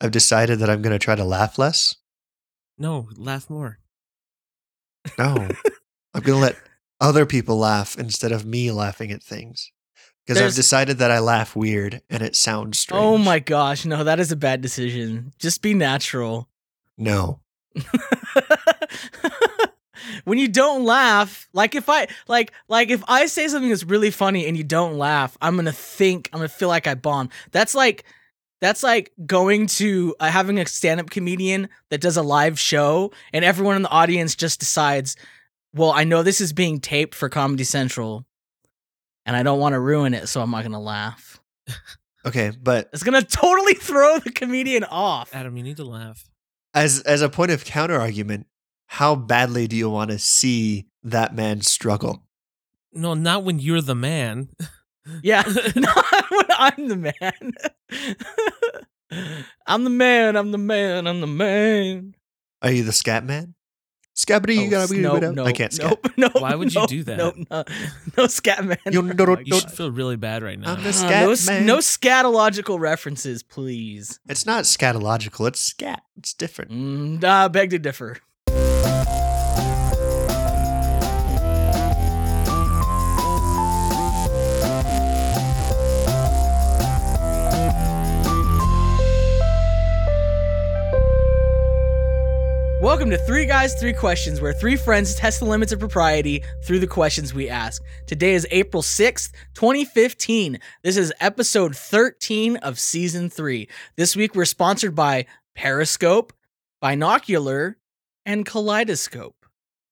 I've decided that I'm going to try to laugh less. No, laugh more. No, I'm going to let other people laugh instead of me laughing at things because I've There's- decided that I laugh weird and it sounds strange. Oh my gosh, no, that is a bad decision. Just be natural. No, when you don't laugh, like if I like like if I say something that's really funny and you don't laugh, I'm gonna think I'm gonna feel like I bombed. That's like that's like going to uh, having a stand-up comedian that does a live show and everyone in the audience just decides, well, I know this is being taped for Comedy Central, and I don't want to ruin it, so I'm not gonna laugh. okay, but It's gonna totally throw the comedian off. Adam, you need to laugh. as as a point of counter argument, how badly do you want to see that man struggle? No, not when you're the man. Yeah. No, I'm the man. I'm the man. I'm the man. I'm the man. Are you the scat man? Scabity, you Oh, gotta be no, without- no, I can't scat. Nope, nope, Why would you no, do that? Oh No, no, no scat man. You no, no, my You no. should feel really bad right now. I'm Uh, the scat no, s- man. no scatological references, please. It's not scatological. It's scat. It's different. Mm, I beg to differ. Welcome to Three Guys, Three Questions, where three friends test the limits of propriety through the questions we ask. Today is April 6th, 2015. This is episode 13 of season three. This week we're sponsored by Periscope, Binocular, and Kaleidoscope.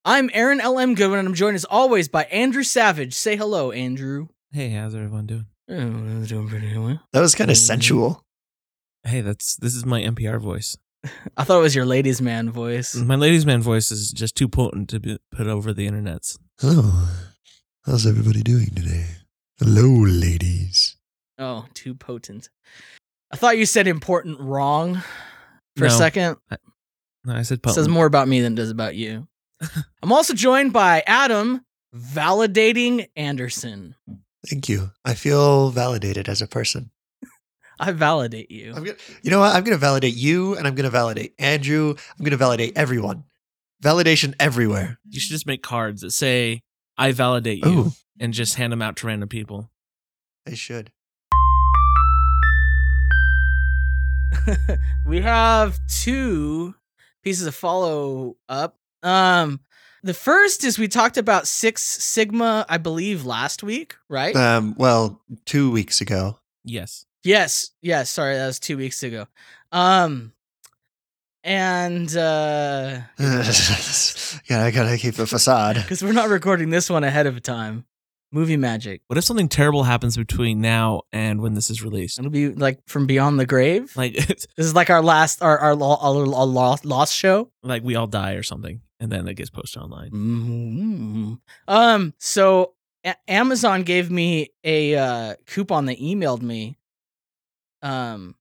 I'm Aaron L.M. Goodwin, and I'm joined as always by Andrew Savage. Say hello, Andrew. Hey, how's everyone doing? Oh, I'm doing pretty well. That was kind of Mm. sensual. Hey, that's this is my NPR voice. I thought it was your ladies' man voice. My ladies' man voice is just too potent to be put over the internets. Hello. How's everybody doing today? Hello, ladies. Oh, too potent. I thought you said important wrong for a No. second. No, I said It says potent. more about me than it does about you. I'm also joined by Adam Validating Anderson. Thank you. I feel validated as a person. I validate you. I'm gonna, you know what? I'm going to validate you and I'm going to validate Andrew. I'm going to validate everyone. Validation everywhere. you should just make cards that say "I validate you" Ooh. and just hand them out to random people. I should. we have two pieces of follow up. Um, the first is we talked about Six Sigma, I believe, last week, right? Um, well, two weeks ago. Yes. yes, yes. Sorry, that was two weeks ago. Um, and uh, yeah, I gotta keep the facade. because we're not recording this one ahead of time, movie magic. What if something terrible happens between now and when this is released? It'll be like from beyond the grave. Like, it's, this is like our last, our our, lo- our, lo- lost lost show. like we all die or something, and then it gets posted online. Mm. Um. So A- Amazon gave me a uh, coupon. They emailed me. Um,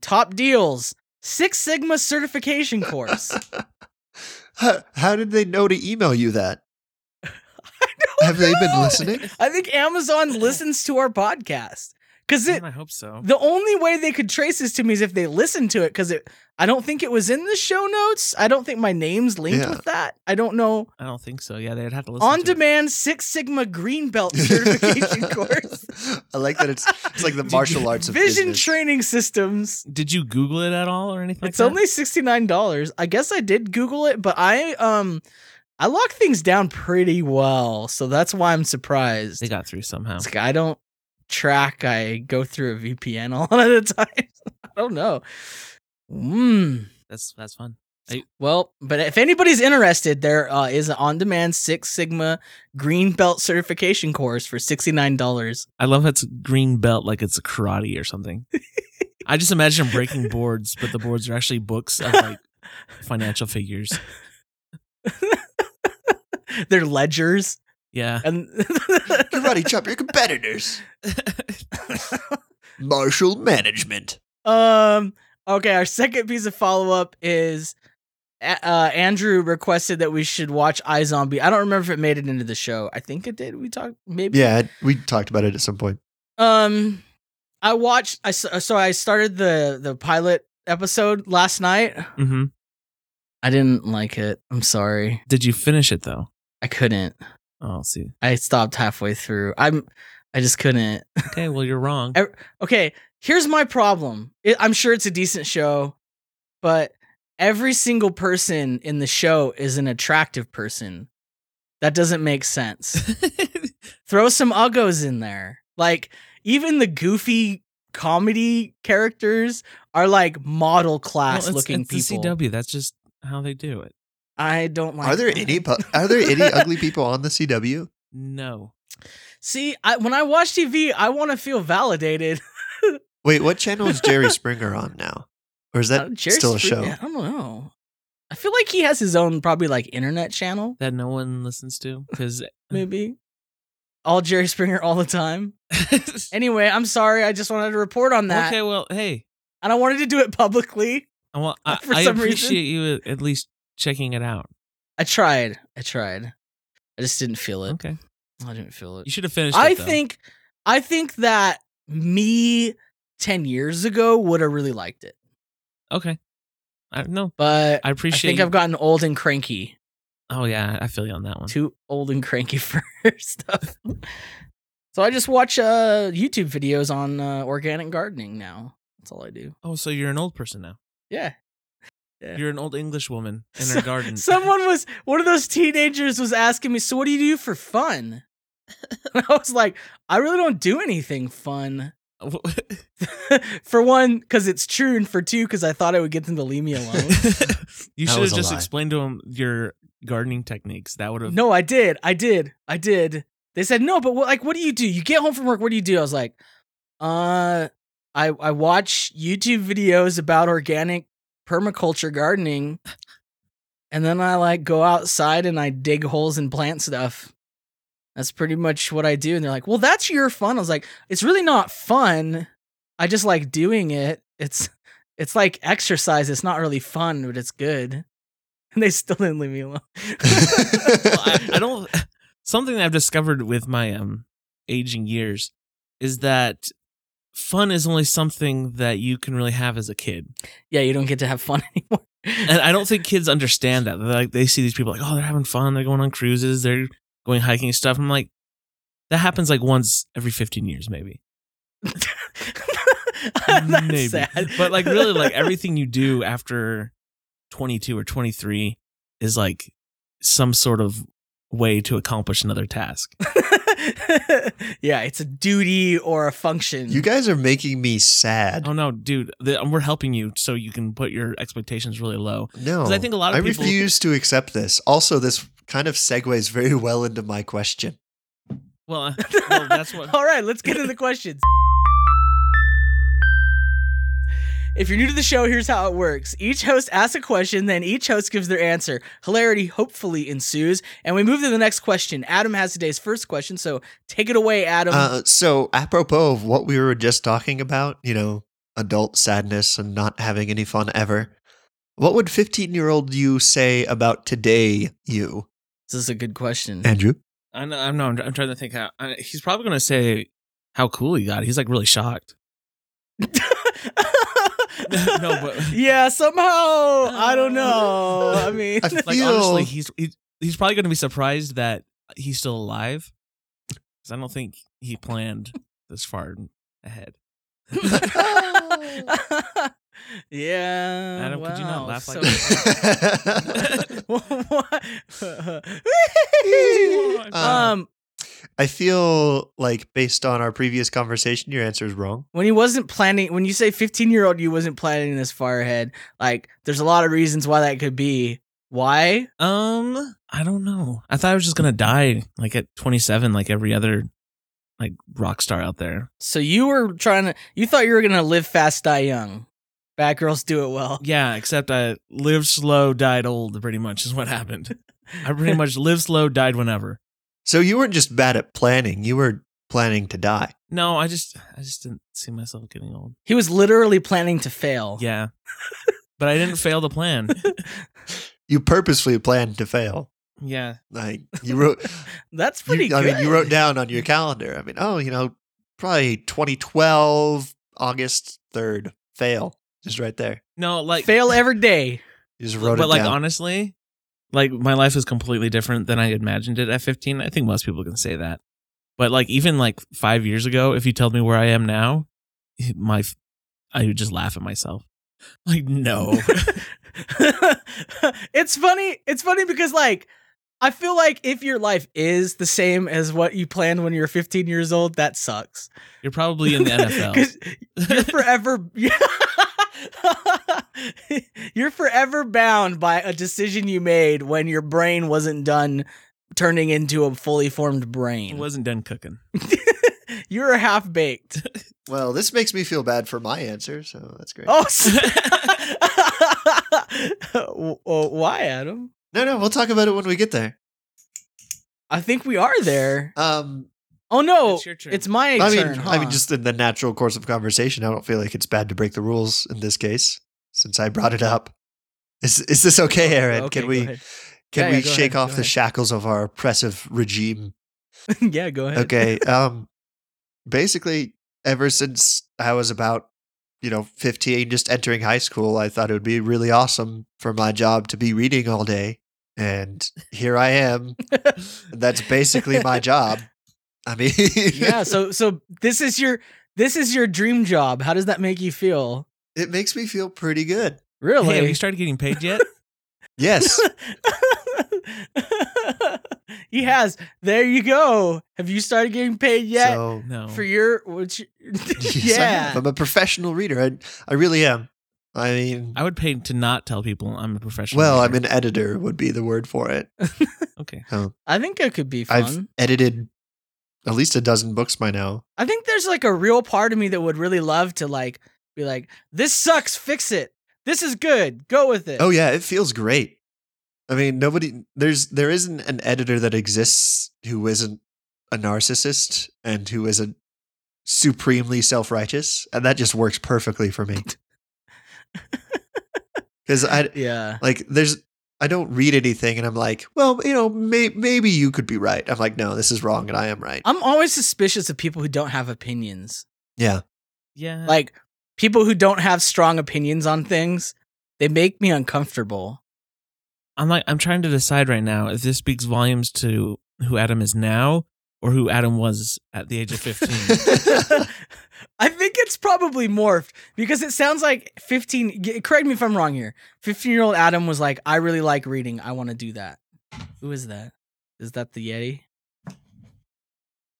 top deals, Six Sigma certification course. how, how did they know to email you that? Have they been know. listening? I think Amazon listens to our podcast because it. I hope so. The only way they could trace this to me is if they listened to it because it. I don't think it was in the show notes. I don't think my name's linked Yeah. with that. I don't know. I don't think so. Yeah, they'd have to listen. On to it. demand Six Sigma Green Belt certification course. I like that it's it's like the Dude, martial arts of Vision business. Training Systems. Did you Google it at all or anything? it's like that? only sixty nine dollars. I guess I did Google it, but I um I lock things down pretty well, so that's why I'm surprised. they got through somehow. It's like, I don't track. I go through a VPN a lot of the time. I don't know. Mm. That's that's fun. Well, but if anybody's interested, there uh, is an on demand Six Sigma Green Belt certification course for sixty nine dollars. I love that's green belt like it's a karate or something. I just imagine him breaking boards, but the boards are actually books of like financial figures. They're ledgers Yeah. and Karate chop your competitors. Martial management. Um. Okay, our second piece of follow up is a- uh, Andrew requested that we should watch iZombie. I don't remember if it made it into the show. I think it did. We talked maybe. Yeah, we talked about it at some point. Um, I watched. I s- so I started the the pilot episode last night. Mm-hmm. I didn't like it. I'm sorry. Did you finish it though? I couldn't. Oh, see. I stopped halfway through. I'm I just couldn't. Okay, well you're wrong. I- Okay, here's my problem. It, I'm sure it's a decent show, but every single person in the show is an attractive person. That doesn't make sense. Throw some uggos in there. Like even the goofy comedy characters are like model Well, class it's- looking it's people. The CW. That's just how they do it. I don't like Are there that. any pu- are there any ugly people on the CW? No. See, I, when I watch TV, I want to feel validated. Wait, what channel is Jerry Springer on now? Or is Oh, that Uh, Jerry still a Springer- show? I don't know. I feel like he has his own probably like internet channel, That no one listens to because maybe. All Jerry Springer all the time. Anyway, I'm sorry. I just wanted to report on that, Okay, well, hey, and I wanted to do it publicly. I want. I, For I some reason. appreciate you at least checking it out. I tried. I tried. I just didn't feel it. Okay, I didn't feel it. you should have finished. I it, though. think. I think that me ten years ago would have really liked it, Okay, I no. but I I appreciate. think I've gotten old and cranky. oh yeah, I feel you on that one. too old and cranky for stuff. so I just watch uh, YouTube videos on uh, organic gardening now. That's all I do. Oh, so you're an old person now. Yeah. Yeah. You're an old English woman in So- her garden. Someone was one of those teenagers was asking me, "So what do you do for fun?" And I was like, "I really don't do anything fun." for one, because it's true, and for two, because I thought I would get them to leave me alone. you That should have was a just lie. explained to him your gardening techniques. That would have. No, I did. I did. I did. They said, "No, but what, like what do you do? You get home from work, what do you do?" I was like, "Uh, I I watch YouTube videos about organic permaculture gardening." And then I like go outside and I dig holes and plant stuff. That's pretty much what I do. And they're like, "Well, that's your fun." I was like, "It's really not fun. I just like doing it. It's it's like exercise. It's not really fun, but it's good." And they still didn't leave me alone. Well, I, I don't. Something that I've discovered with my um aging years is that fun is only something that you can really have as a kid. yeah, you don't get to have fun anymore. and I don't think kids understand that. They're like they see these people like, oh, they're having fun, they're going on cruises, they're going hiking and stuff. I'm like, that happens like once every 15 years, maybe. That's maybe. sad. But like really, like everything you do after 22 or 23 is like some sort of way to accomplish another task. yeah, it's a duty or a function. you guys are making me sad. Oh no, dude, the, we're helping you so you can put your expectations really low. No. 'Cause I think a lot of I people refuse to accept this. Also, this kind of segues very well into my question. well, uh, well, that's what All right, let's get into the questions. If you're new to the show, here's how it works. Each host asks a question, then each host gives their answer. Hilarity hopefully ensues, and we move to the next question. Adam has today's first question, so take it away, Adam. Uh, so, apropos of what we were just talking about, you know, adult sadness and not having any fun ever, what would 15 year old you say about today you, this is a good question. Andrew? I know, I'm no, I'm, I'm trying to think how I, he's probably gonna say how cool he got. He's like really shocked. No, but- yeah, somehow I don't Oh. know. I mean, I Like feel honestly, he's he, he's probably gonna be surprised that he's still alive because I don't think he planned this far ahead. yeah. Oh. Adam, wow. could you not laugh like so- Uh, um, I feel like based on our previous conversation, your answer is wrong. when he wasn't planning, when you say 15 year old, you wasn't planning this far ahead. Like, there's a lot of reasons why that could be. Why? Um, I don't know. I thought I was just gonna die like at 27, like every other like rock star out there. So you were trying to, you thought you were gonna live fast, die young. Bad girls do it well. Yeah, except I lived slow, died old. Pretty much is what happened. I pretty much lived slow, died whenever. So you weren't just bad at planning; you were planning to die. No, I just I just didn't see myself getting old. He was literally planning to fail. Yeah. But I didn't fail the plan. You purposefully planned to fail. Yeah. Like you wrote, That's you- pretty I good. mean, you wrote down on your calendar. I mean, oh, you know, probably 2012 August 3rd fail, just right there. No, like fail every day. You just wrote but it like down. honestly, like my life was completely different than I imagined it at 15. I think most people can say that. But like even like 5 years ago, if you told me where I am now, my I would just laugh at myself. Like no. it's funny. It's funny because like I feel like if your life is the same as what you planned when you were 15 years old, that sucks. You're probably in the 'Cause NFL. you're forever You're forever bound by a decision you made when your brain wasn't done turning into a fully formed I brain. wasn't done cooking. You're half baked. well, this makes me feel bad for my answer, so that's great. Oh, s- W- w- why, Adam? No, no, we'll talk about it when we get there. I think we are there. Um, Oh no, your turn. it's my I mean, turn. I huh? mean, just in the natural course of conversation, I don't feel like it's bad to break the rules in this case, since I brought it up. Is is this okay, Aaron? Okay, can go we ahead. can Yeah, yeah, we go shake ahead, off go the ahead. shackles of our oppressive regime? yeah, go ahead. Okay. Um basically ever since I was about, you know, 15 just entering high school, I thought it would be really awesome for my job to be reading all day. And here I am. That's basically my job. I mean, yeah. So, so this is your this is your dream job. How does that make you feel? it makes me feel pretty good. Really? Hey, have you started getting paid yet? Yes. he has. There you go. Have you started getting paid yet So, No. for your? Which, yes, I yeah. am. I'm a professional reader. I, I really am. I mean, I would pay to not tell people I'm a professional. well, I'm reader. an editor would be the word for it. okay. I think it could be I've fun. edited at least a dozen books by now. i think there's like a real part of me that would really love to like be like, this sucks, fix it. This is good, go with it. Oh yeah, it feels great. I mean, nobody there's there isn't an editor that exists who isn't a narcissist and who isn't supremely self-righteous, and that just works perfectly for me. Cuz I yeah. like there's I don't read anything and I'm like, well, you know, may, maybe you could be right. I'm like, no, this is wrong and I am right. I'm always suspicious of people who don't have opinions. Yeah. Yeah. like people who don't have strong opinions on things they make me uncomfortable I'm like I'm trying to decide right now if this speaks volumes to who Adam is now or who Adam was at the age of 15. Hmm. i think it's probably morphed because it sounds like 15 g- correct me if i'm wrong here 15 year old adam was like i really like reading i want to do that who is that is that the yeti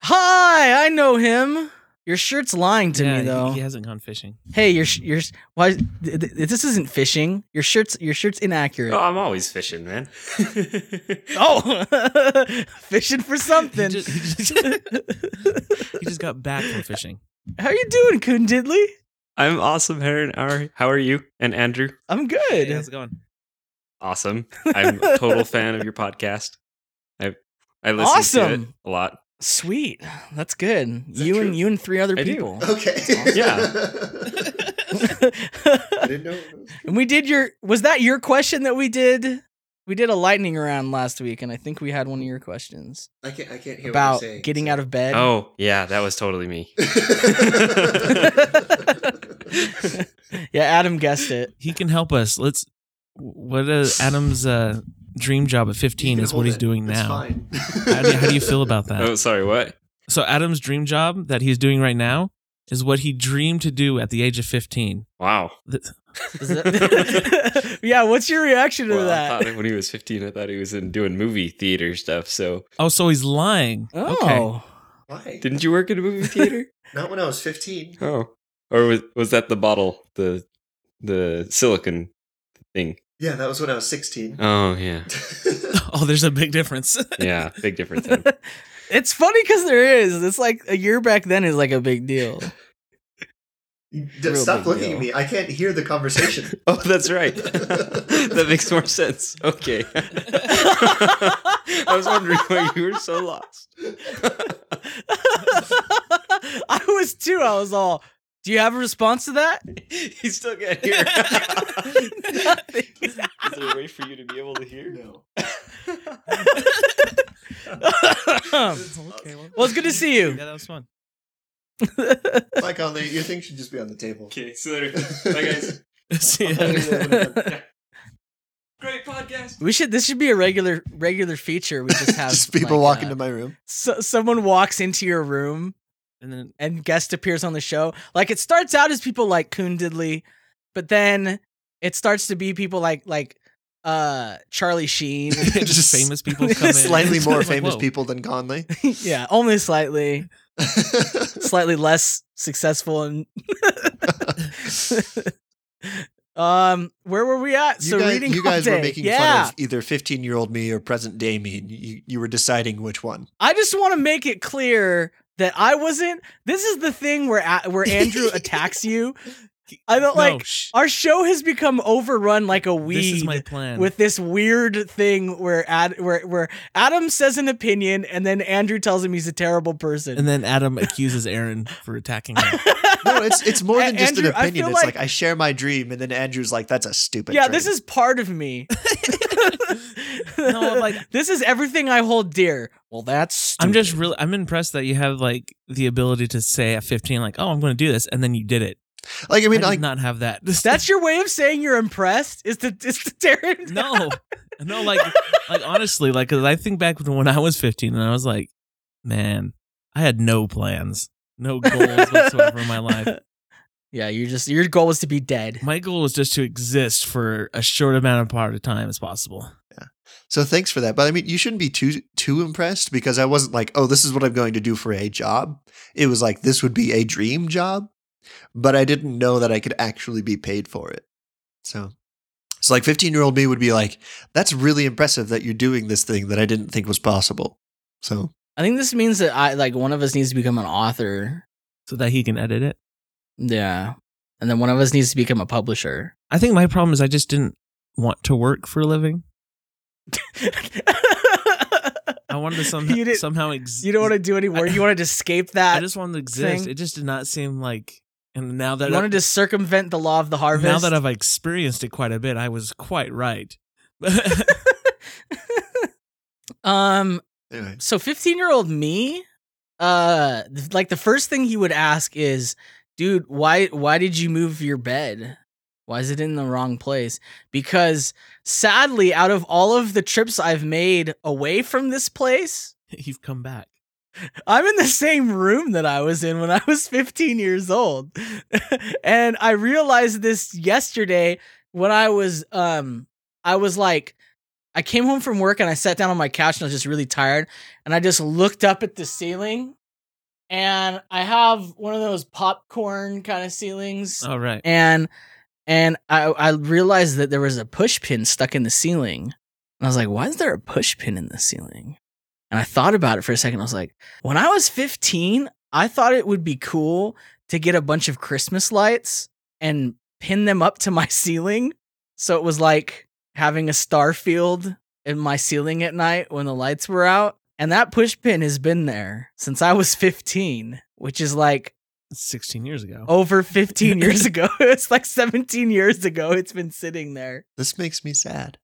hi i know him your shirt's lying to Yeah, me he- though He, hasn't gone fishing. hey your sh- your sh- why th- th- this isn't fishing your shirt's your shirt's inaccurate Oh, I'm always fishing, man. Oh, fishing for something. He just- he just- He just got back from fishing. How you doing, Coon Diddley? I'm awesome, Aaron. How are- How are you? And Andrew? I'm good. Hey, how's it going? Awesome. I'm a total fan of your podcast. I I listen to it Awesome. a lot. Sweet. That's good. Is that you true? and you and three other I do. people. okay. Yeah. I didn't know. it was- and we did your was that your question that we did? We did a lightning round last week, and I think we had one of your questions I can't I can't hear about getting out of bed. Oh, yeah, that was totally me. Yeah, Adam guessed it. He can help us. Let's what is Adam's uh, dream job at 15 is what he's doing now. How do, how do you feel about that? Oh, sorry, what? So Adam's dream job that he's doing right now is what he dreamed to do at the age of 15. Wow. Is that- yeah, what's your reaction to Well, I that? thought when he was 15, I thought he was in doing movie theater stuff. So, Oh, so he's lying. Okay. Oh, Why? didn't you work at a movie theater? Not when I was 15. oh, or was was that the bottle, the the silicon thing? Yeah, that was when I was 16. Uh. Oh, yeah, Oh, there's a big difference. yeah, big difference. Adam. it's funny because there is. It's like a year back then is like a big deal. D- Real Stop big looking deal. at me. I can't hear the conversation. Oh, that's right. that makes more sense. Okay. I was wondering why you were so lost. I was too. I was all, do you have a response to that? you still can't hear. Nothing. Is there a way for you to be able to hear? no. Um. okay, well, Well, it's good to see you. Yeah, that was fun. Mike, on the, your thing should just be on the table. Okay, so there. Bye, guys. So, yeah. Great podcast. We should. This should be a regular regular feature. We just have just people like, walk uh, into my room. so- someone walks into your room And then and guest appears on the show. Like it starts out as people like Coon Diddley, but then it starts to be people like like uh Charlie Sheen. just famous people come in. Slightly more Like, famous whoa. people than Conley. yeah, only slightly, slightly less successful and um where were we at? you so guys, reading you guys were update. making yeah. fun of either 15 year old me or present day me. and You, you were deciding which one. I just want to make it clear that I wasn't. This is the thing where a- where Andrew attacks you. I don't No, like. shh. Our show has become overrun like a weed This is my plan. with this weird thing where Ad, where where Adam says an opinion and then Andrew tells him he's a terrible person. and then Adam accuses Aaron for attacking him. No, it's it's more than A- just Andrew, an I opinion. feel It's like, like- I share my dream, and then Andrew's like, "That's a stupid." yeah, dream." this is part of me. No, I'm like- this is everything I hold dear. Well, that's I'm just stupid. really I'm impressed that you have like the ability to say at 15 like, "Oh, I'm going to do this," and then you did it. like I I mean, did like not have that. That's your way of saying you're impressed is to is to tear him down. no, no, like, like honestly, like, 'cause I think back to when I was 15 and I was like, man, I had no plans, no goals whatsoever in my life. Yeah, you just your goal was to be dead. My goal was just to exist for a short amount of part of time as possible. so thanks for that. But I mean, you shouldn't be too too impressed because I wasn't like, "Oh, this is what I'm going to do for a job." It was like this would be a dream job, but I didn't know that I could actually be paid for it. So. So like 15 year old me would be like, that's really impressive that you're doing this thing that I didn't think was possible. So I think this means that I like one of us needs to become an author. So that he can edit it. Yeah. And then one of us needs to become a publisher. I think my problem is I just didn't want to work for a living. I wanted to somehow You didn't- somehow exist. you don't want to do any work. You wanted to escape that. I just wanted to exist. thing. It just did not seem like. And now that you wanted to circumvent the law of the harvest. now that I've experienced it quite a bit, I was quite right. um, anyway, so 15 year old me, uh, th- like the first thing he would ask is, dude, why, why did you move your bed? Why is it in the wrong place? Because sadly, out of all of the trips I've made away from this place, You've come back. I'm in the same room that I was in when I was 15 years old. and I realized this yesterday when I was um I was like I came home from work and I sat down on my couch and I was just really tired and I just looked up at the ceiling and I have one of those popcorn kind of ceilings All right. and and I I realized that there was a push pin stuck in the ceiling. And I was like, why is there a push pin in the ceiling? And I thought about it for a second. I was like, when I was 15, I thought it would be cool to get a bunch of Christmas lights and pin them up to my ceiling. So it was like having a star field in my ceiling at night when the lights were out. And that push pin has been there since I was 15, which is like 16 years ago. over 15 years ago. It's like 17 years ago. It's been sitting there. this makes me sad.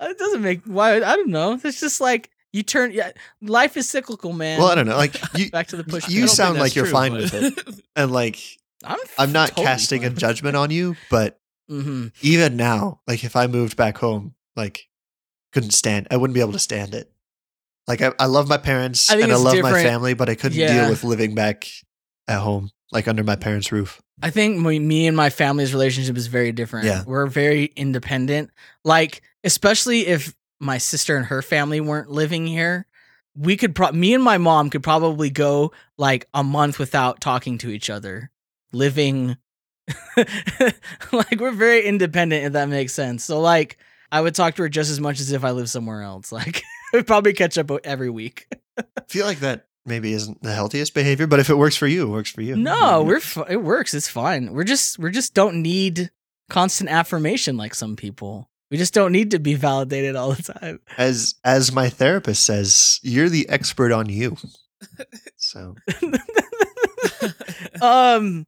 it doesn't make why I don't know. It's just like you turn. Yeah, life is cyclical, man. Well, I don't know. Like you, Back to the push. you button. sound like you're fine with it. and like I'm, I'm not casting a judgment on you, but hmm even now, like if I moved back home, like couldn't stand, I wouldn't be able to stand it. Like I, I love my parents I think and I it's love my different. family, but I couldn't Yeah. deal with living back at home, like under my parents' roof. I think my, me and my family's relationship is very different. Yeah. We're very independent. Like especially if my sister and her family weren't living here, we could pro- me and my mom could probably go like a month without talking to each other, living like we're very independent if that makes sense. So like I would talk to her just as much as if I lived somewhere else. Like we'd probably catch up every week. I feel like that maybe isn't the healthiest behavior, but if it works for you, it works for you. No, we're f- it works. It's fine. We're just we are just don't need constant affirmation like some people. We just don't need to be validated all the time. as as my therapist says, you're the expert on you. So um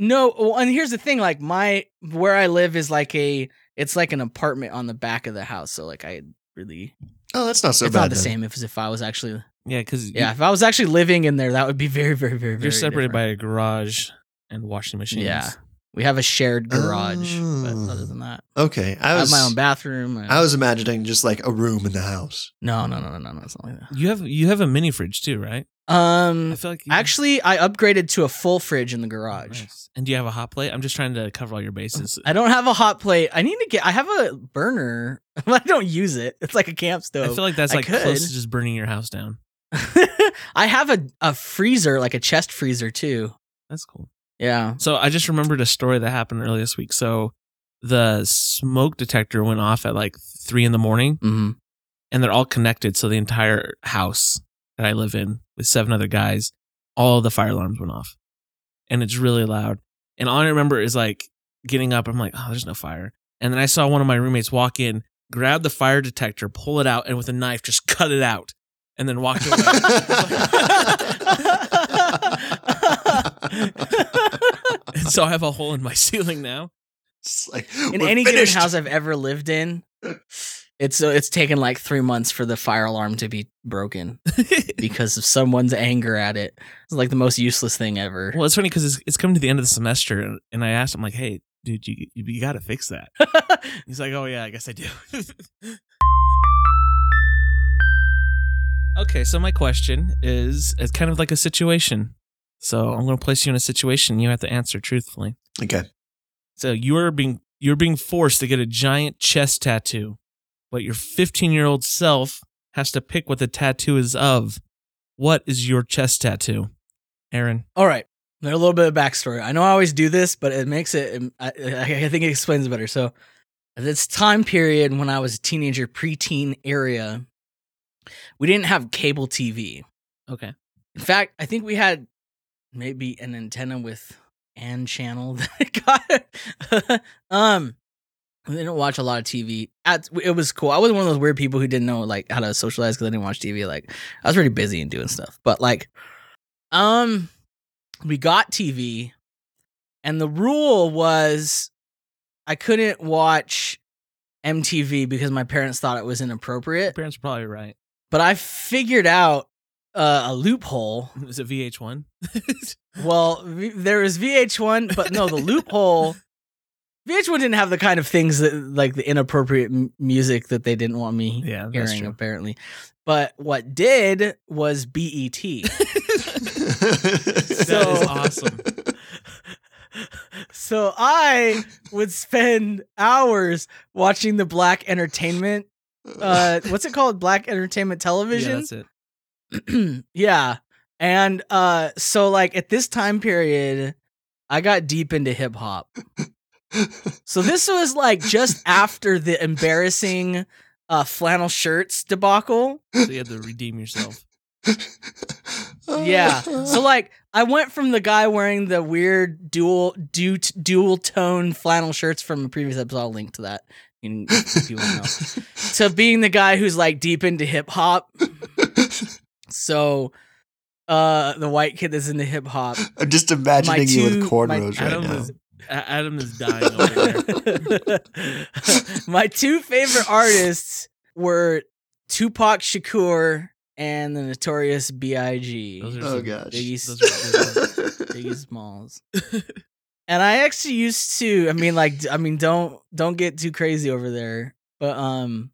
no, well, and here's the thing like my where I live is like a it's like an apartment on the back of the house, so like I really oh, that's not so it's bad. not the then. same if, as if I was actually yeah, because yeah, if I was actually living in there that would be very very very you, very are separated different. by a garage and washing machines. Yeah. We have a shared garage, but other than that, Okay, Ah. I I was have my own bathroom. and- I was imagining just like a room in the house. no, no, no, no, no, no, it's not like that. You have you have a mini fridge too, right? I Um, feel like you- actually, I upgraded to a full fridge in the garage. Mm-hmm. Nice. And do you have a hot plate? I'm just trying to cover all your bases. I don't have a hot plate. I need to get. I have a burner. I don't use it. It's like a camp I stove. feel like that's I like could. close to just burning your house down. I have a, a freezer, like a chest freezer too. That's cool. Yeah. So I just remembered a story that happened earlier this week. So the smoke detector went off at like three in the morning, Mm-hmm. and they're all connected. So the entire house that I live in with seven other guys, all the fire alarms went off, and it's really loud. And all I remember is like getting up. I'm like, oh, there's no fire. And then I saw one of my roommates walk in, grab the fire detector, pull it out, and with a knife just cut it out, and then walked away. And so I have a hole in my ceiling now. It's like, In we're any finished. given house I've ever lived in, it's uh, it's taken like three months for the fire alarm to be broken because of someone's anger at it. It's like the most useless thing ever. Well, it's funny because it's, it's coming to the end of the semester, and, and I asked him like, "Hey, dude, you you, you got to fix that." He's like, "Oh yeah, I guess I do." okay, so my question is, it's kind of like a situation. So I'm going to place you in a situation. You have to answer truthfully. Okay. So you're being you're being forced to get a giant chest tattoo, but your 15 year old self has to pick what the tattoo is of. What is your chest tattoo, Aaron? All right. Now, A little bit of backstory. I know I always do this, but it makes it, um, I, I I think it explains it better. So, at this time period when I was a teenager, preteen area, we didn't have cable TV. Okay. In fact, I think we had maybe an antenna with an channel that got um I didn't watch a lot of TV. At, it was cool. I was one of those weird people who didn't know like how to socialize because I didn't watch TV. Like I was pretty busy and doing stuff. But like, um, we got TV, and the rule was I couldn't watch MTV because my parents thought it was inappropriate. Parents are probably right. But I figured out uh, a loophole Is it VH1? Well, v- there was VH1, but no, the loophole. VH1 didn't have the kind of things that, like the inappropriate m- music that they didn't want me yeah, that's hearing, true. apparently. But what did was E BET. that is awesome. so I would spend hours watching the Black Entertainment. Uh, what's it called? Black Entertainment Television. Yeah, that's it. yeah. And uh so like at this time period, I got deep into hip hop. so this was like just after the embarrassing uh flannel shirts debacle. So you have to redeem yourself. Yeah. So like I went from the guy wearing the weird dual du- dual tone flannel shirts from a previous episode, I'll link to that. You can- if you want to know. to being the guy who's like deep into hip hop. So uh the white kid that's into hip hop I'm just imagining you with two- cornrows my- right Adam now. is A- Adam is dying over there. My two favorite artists were Tupac Shakur and the Notorious B.I.G. Those are Oh, some- gosh. Biggie- those are good Biggie That's Smalls. and I actually used to. I mean, like, I mean, don't don't get too crazy over there. But um,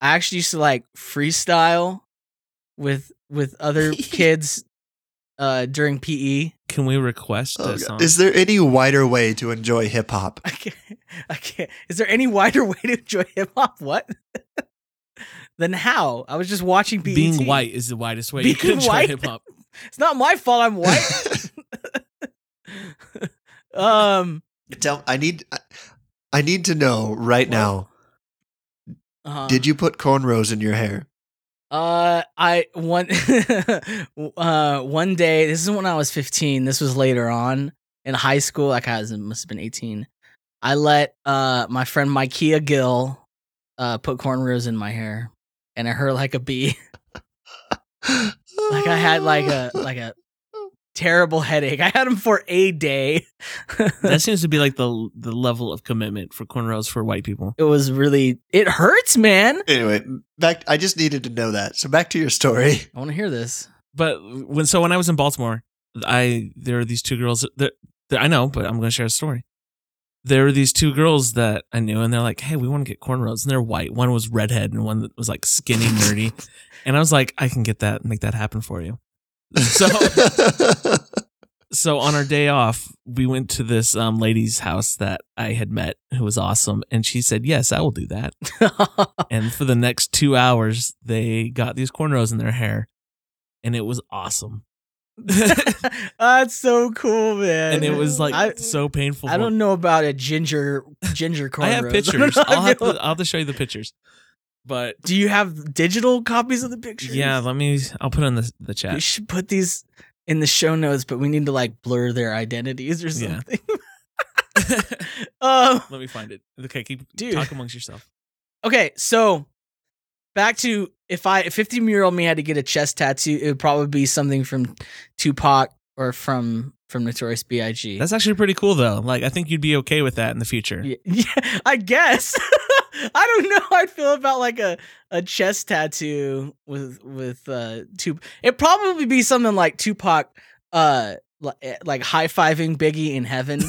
I actually used to like freestyle with with other kids uh during PE. ones. Can we request Oh, a song? God. Is there any wider way to enjoy hip hop? I can't. I can't. Is there any wider way to enjoy hip hop? What? Than how? I was just watching BET. Being white is the widest way you E Being can enjoy white? hip hop. It's not my fault. I'm white. um. Tell I need I- I need to know right now. uh-huh. Did you put cornrows in your hair? Uh, I one uh one day. This is when I was 15. This was later on in high school. Like I was, must have been 18. I let uh my friend Mikeia Gill uh put cornrows in my hair, and it hurt like a bee. like I had like a like a terrible headache. I had them for a day. That seems to be like the the level of commitment for cornrows for white people. it was really it hurts, man. Anyway, back. I just needed to know that. So back to your story. I want to hear this. But when so when I was in Baltimore, I there are these two girls that, that I know, but I'm going to share a story. there were these two girls that I knew, and they're like, "Hey, we want to get cornrows," and they're white. One was redhead, and one that was like skinny, nerdy. and I was like, "I can get that, make that happen for you." So, so on our day off, we went to this um, lady's house that I had met, who was awesome, and she said, "Yes, I will do that." and for the next two hours, they got these cornrows in their hair, and it was awesome. That's so cool, man. and it was like I, so painful. I for- don't know about a ginger ginger cornrows. I have pictures. don't I'll have know. to, I'll have to show you the pictures. But Do you have digital copies of the pictures? yeah, let me. I'll put it in the the we chat. should put these in the show notes, but we need to like blur their identities or Yeah. something. um, let me find it. Okay, keep Dude. talk amongst yourself. okay, so back to if I if 50 mural me had to get a chest tattoo, it would probably be something from Tupac or from from Notorious B.I.G. That's actually pretty cool though. Like I think you'd be okay with that in the future. Yeah, yeah, I guess. I don't know how I'd feel about like a, a chest tattoo with with uh two it'd probably be something like Tupac uh li- eh, like high fiving Biggie in heaven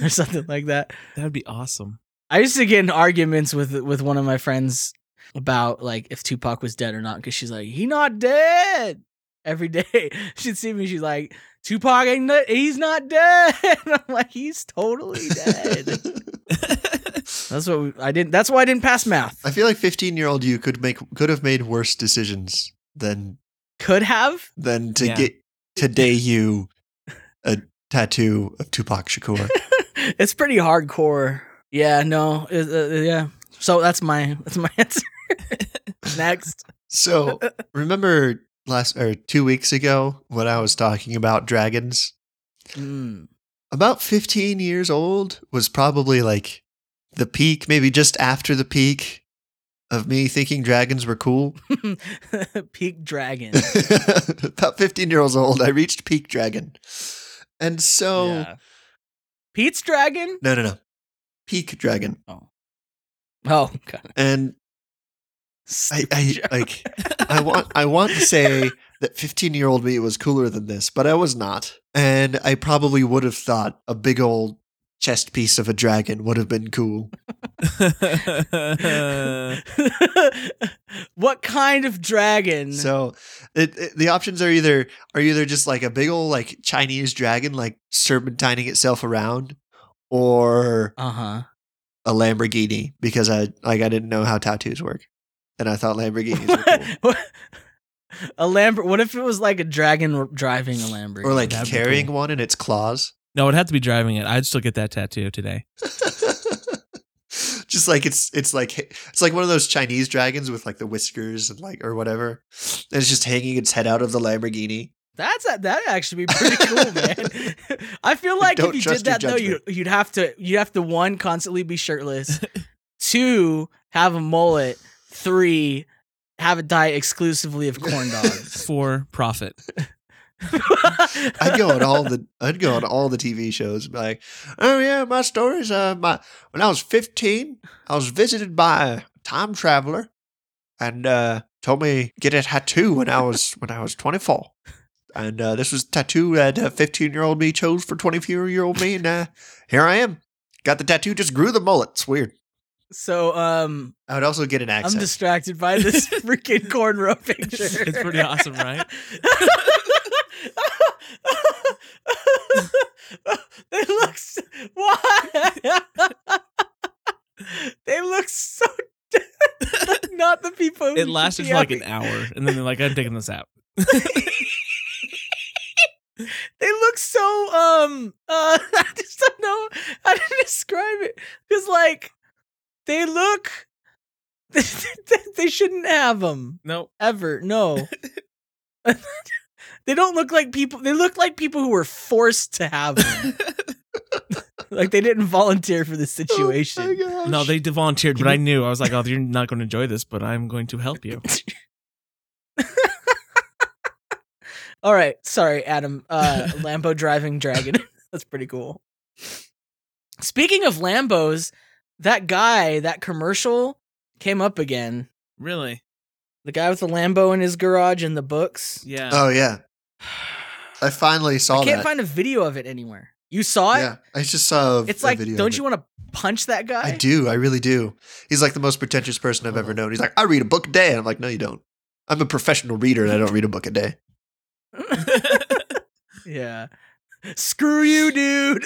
or something like that. That'd be awesome. I used to get in arguments with with one of my friends about like if Tupac was dead or not because she's like he not dead every day. She'd see me, she's like Tupac ain't not, he's not dead. I'm like he's totally dead. That's what we, I didn't. That's why I didn't pass math. I feel like 15 year old you could make could have made worse decisions than Could have. than to Yeah. get today you a tattoo of Tupac Shakur. it's pretty hardcore. Yeah. No. it- uh, yeah. So that's my that's my answer. Next. So remember last or two weeks ago when I was talking about dragons? Mm. About 15 years old was probably like the peak, maybe just after the peak of me thinking dragons were cool. Peak dragon. about 15 years old, I reached peak dragon. And so, Yeah. Pete's dragon. no, no, no, peak dragon. Oh god. And I, I like, I want, I want to say that 15 year old me was cooler than this, but I was not. And I probably would have thought a big old chest piece of a dragon would have been cool. what kind of dragon? So it, it- the options are either are either just like a big old like Chinese dragon like serpentining itself around, or uh huh. a Lamborghini because I like I didn't know how tattoos work, and I thought Lamborghinis were cool. a Lamb. What if it was like a dragon r- driving a Lamborghini? or like That'd be carrying cool. one in its claws, no, I'd have to be driving it. I'd still get that tattoo today. just like it's it's like it's like one of those Chinese dragons with like the whiskers and like or whatever, and it's just hanging its head out of the Lamborghini. That's a, that'd actually be pretty cool, man. I feel like if Don't you did trust your that though, you, you'd have to you'd have to one constantly be shirtless, two have a mullet, three have a diet exclusively of corn dogs. For profit. I'd go on all the I'd go on all the TV shows. and be like, oh yeah, my stories. Uh, my when I was fifteen, I was visited by a time traveler, and uh, told me get a tattoo when I was when I was twenty four, and uh, this was a tattoo that fifteen year old me chose for twenty four year old me, and uh, here I am. Got the tattoo, just grew the mullet. It's weird. So um, I would also get an accent. I'm distracted by this freaking cornrow picture. It's pretty awesome, right? they look. s why? they look so. not the people. who It should lasted be for like an having- hour, and then they're like, "I'm taking this out." They look so. Um. Uh. I just don't know how to describe it because, like, they look. they shouldn't have them. No, ever. No. they don't look like people. They look like people who were forced to have them. like they didn't volunteer for Oh my the situation. gosh. no, they volunteered, but You- I knew I was like, "Oh, you're not going to enjoy this, but I'm going to help you." All right. Sorry, Adam. Uh, Lambo driving dragon. That's pretty cool. Speaking of Lambos, that guy, that commercial came up again. Really? The guy with the Lambo in his garage and the books. Yeah. Oh yeah, I finally saw I can't that. find a video of it anywhere. You saw it? Yeah, I just saw. a- It's a like, video don't of you it. want to punch that guy? I do. I really do. He's like the most pretentious person I've ever known. He's like, I read a book a day. And I'm like, no, you don't. I'm a professional reader and I don't read a book a day. Yeah. Screw you, dude.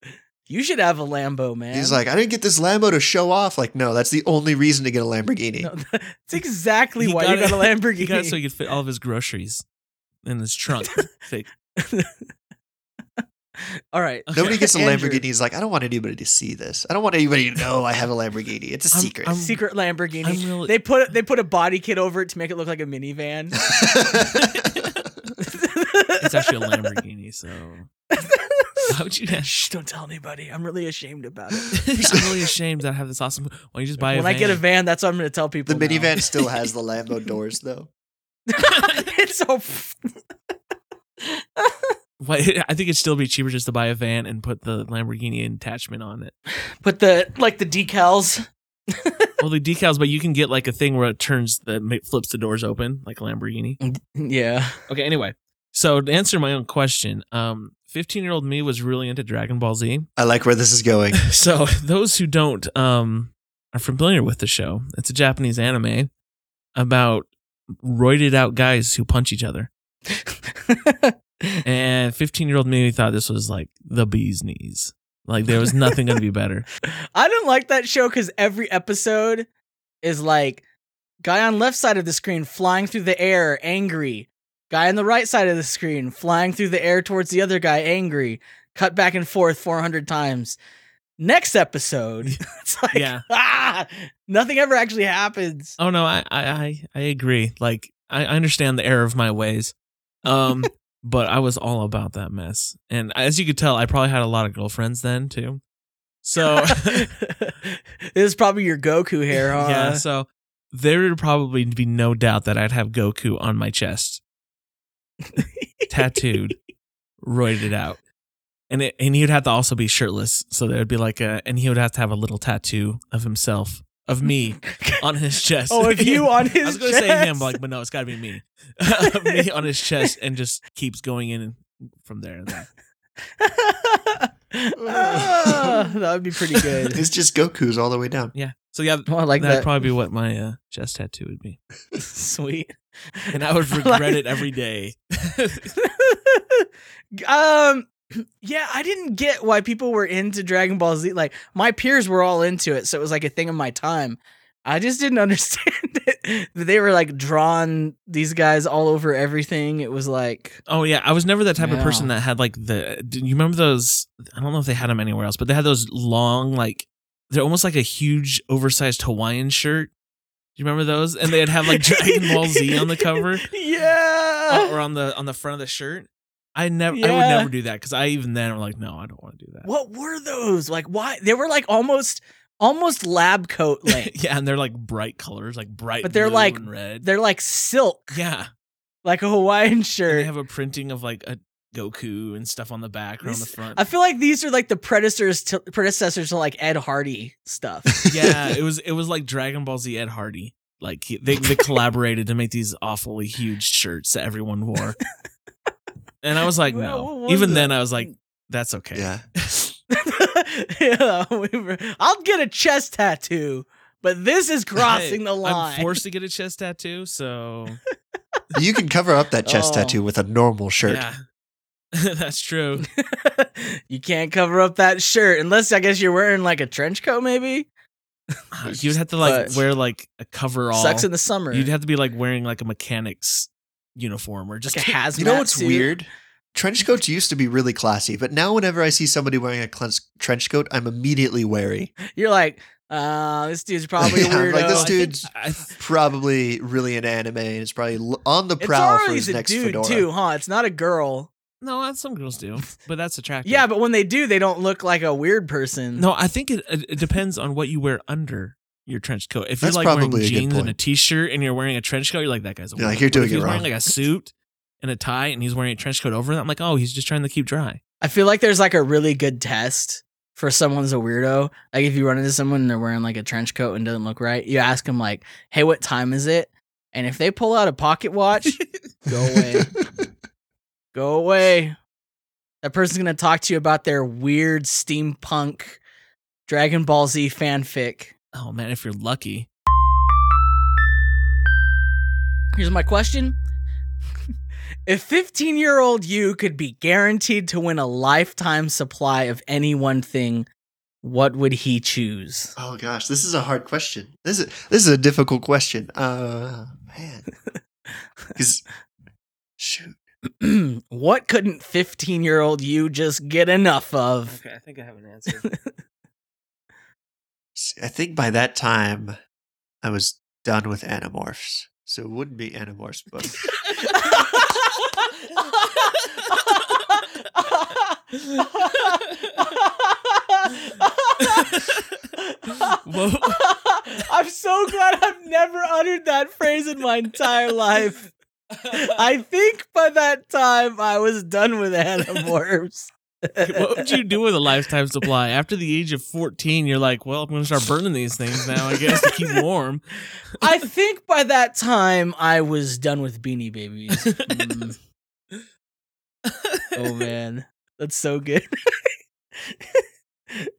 you should have a Lambo, man. He's like, I didn't get this Lambo to show off. Like, no, that's the only reason to get a Lamborghini. No, that's exactly He why got you it- got a Lamborghini. He got it so he could fit all of his groceries in his trunk. Fake. All right. Nobody gets a Andrew. Lamborghini. He's like, I don't want anybody to see this. I don't want anybody to know I have a Lamborghini. It's a I'm- secret. I'm- Secret Lamborghini. I'm really. they put they put a body kit over it to make it look like a minivan. it's actually a Lamborghini, so how would you? Shh, don't tell anybody. I'm really ashamed about it. I'm really ashamed that I have this awesome. Why don't you just buy a when I get a van, that's what I'm going to tell people. the now. minivan still has the Lambo doors, though. it's so. Why- I think it'd still be cheaper just to buy a van and put the Lamborghini attachment on it. But the like the decals. Well, the decals, but you can get like a thing where it turns the ma- flips the doors open like a Lamborghini. Yeah. Okay, anyway. So to answer my own question, um, 15 year old me was really into Dragon Ball Z. I like where this is going. So those who don't um are familiar with the show, it's a Japanese anime about roided out guys who punch each other. And 15 year old me thought this was like the bee's knees. Like there was nothing going to be better. I didn't like that show because every episode is like guy on left side of the screen flying through the air, angry. Guy on the right side of the screen flying through the air towards the other guy, angry. Cut back and forth 400 times. Next episode, it's like Yeah. ah, nothing ever actually happens. Oh no, I I I, I agree. Like I, I understand the error of my ways. Um but I was all about that mess. And as you could tell, I probably had a lot of girlfriends then too. So this is probably your Goku hair, huh? yeah, so there would probably be no doubt that I'd have Goku on my chest, tattooed, roided out, and it, and he would have to also be shirtless. So there would be like a, and he would have to have a little tattoo of himself, of me, on his chest. Oh, if you on his I was gonna say him, chest. like, but no, it's got to be me, Of me on his chest, and just keeps going in from there. Ah, that would be pretty good. It's just Goku's all the way down. Yeah. So yeah, Oh, I like that'd that. probably be what my uh, chest tattoo would be, Sweet. and I would I like- regret it every day. um yeah, I didn't get why people were into Dragon Ball Z. Like my peers were all into it, so it was like a thing of my time. I just didn't understand it. That they were like drawn these guys all over everything. It was like Oh yeah, I was never that type of Yeah. person that had like the. Do you remember those? I don't know if they had them anywhere else, but they had those long, like they're almost like a huge, oversized Hawaiian shirt. Do you remember those? And they'd have like Dragon Ball Z on the cover Yeah. uh, or on the on the front of the shirt. I never, I would Yeah. never do that because I even then were like, no, I don't want to do that. what were those? Like why they were like almost almost lab coat length. yeah, and they're like bright colors, like bright, But they're blue like- and red. They're like silk, yeah, like a Hawaiian and shirt. they have a printing of like a Goku and stuff on the back or on the These- front. I feel like these are like the predecessors to predecessors to like Ed Hardy stuff. yeah, it was it was like Dragon Ball Z Ed Hardy. Like he, they they collaborated to make these awfully huge shirts that everyone wore. And I was like, What no. was Even it? then, I was like, that's okay. Yeah. yeah, we were- I'll get a chest tattoo, but this is crossing the I'm line. forced to get a chest tattoo, so You can cover up that chest Oh. tattoo with a normal shirt. yeah, that's true. you can't cover up that shirt unless I guess you're wearing like a trench coat, maybe. Ah, Uh, You'd have to like But- wear like a coverall. Sucks in the summer. You'd have to be like wearing like a mechanic's uniform or just like a hazmat. You know what's suit. weird? Trench coats used to be really classy, but now whenever I see somebody wearing a clen- trench coat, I'm immediately wary. You're like, uh, this dude's probably a Yeah, I'm weirdo. like, this I think- dude's I- Probably really an anime, and it's probably l- on the it's prowl for always his a next dude fedora. too, huh? It's not a girl. no, some girls do, but that's attractive. Yeah, but when they do, they don't look like a weird person. No, I think it, it, it depends on what you wear under your trench coat. If you're That's like wearing probably a good jeans and a point. t-shirt and you're wearing a trench coat, you're like that guy's. A You're like, weirdo." "You're But doing if it he's wearing wrong." like a suit and a tie and he's wearing a trench coat over that. I'm like, oh, he's just trying to keep dry. I feel like there's like a really good test for someone's a weirdo. Like if you run into someone and they're wearing like a trench coat and doesn't look right, you ask them like, "Hey, what time is it?" And if they pull out a pocket watch, go away, go away. That person's going to talk to you about their weird steampunk Dragon Ball Z fanfic. Oh man, if you're lucky. Here's my question. if 15 year old you could be guaranteed to win a lifetime supply of any one thing, what would he choose? Oh gosh, this is a hard question. This is this is a difficult question. Uh man. 'Cause- shoot. what couldn't 15 year old you just get enough of? Okay, I think I have an answer. See, I think by that time I was done with anamorphs. So it wouldn't be anamorphs, but Whoa. I'm so glad I've never uttered that phrase in my entire life. I think by that time I was done with anamorphs. what would you do with a lifetime supply? After the age of 14, you're like, well, I'm going to start burning these things now, I guess, to keep warm. I think by that time I was done with Beanie Babies. Mm. oh man, that's so good.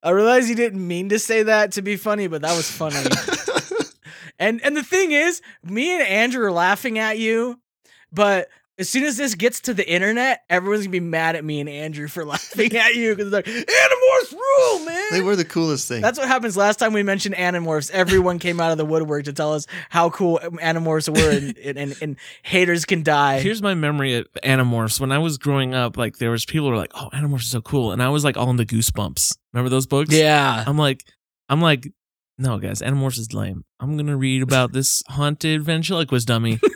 I realize you didn't mean to say that to be funny, but that was funny. and and the thing is, me and Andrew are laughing at you, but as soon as this gets to the internet, everyone's gonna be mad at me and Andrew for laughing at you because like Animorphs rule, man. they were the coolest thing. That's what happens. Last time we mentioned Animorphs, everyone came out of the woodwork to tell us how cool Animorphs were and, and, and, and haters can die. Here's my memory of Animorphs. When I was growing up, like, there was people who were like, oh, Animorphs is so cool. And I was like all in the Goosebumps. Remember those books? yeah. I'm like, I'm like, no, guys, Animorphs is lame. I'm going to read about this haunted ventriloquist dummy.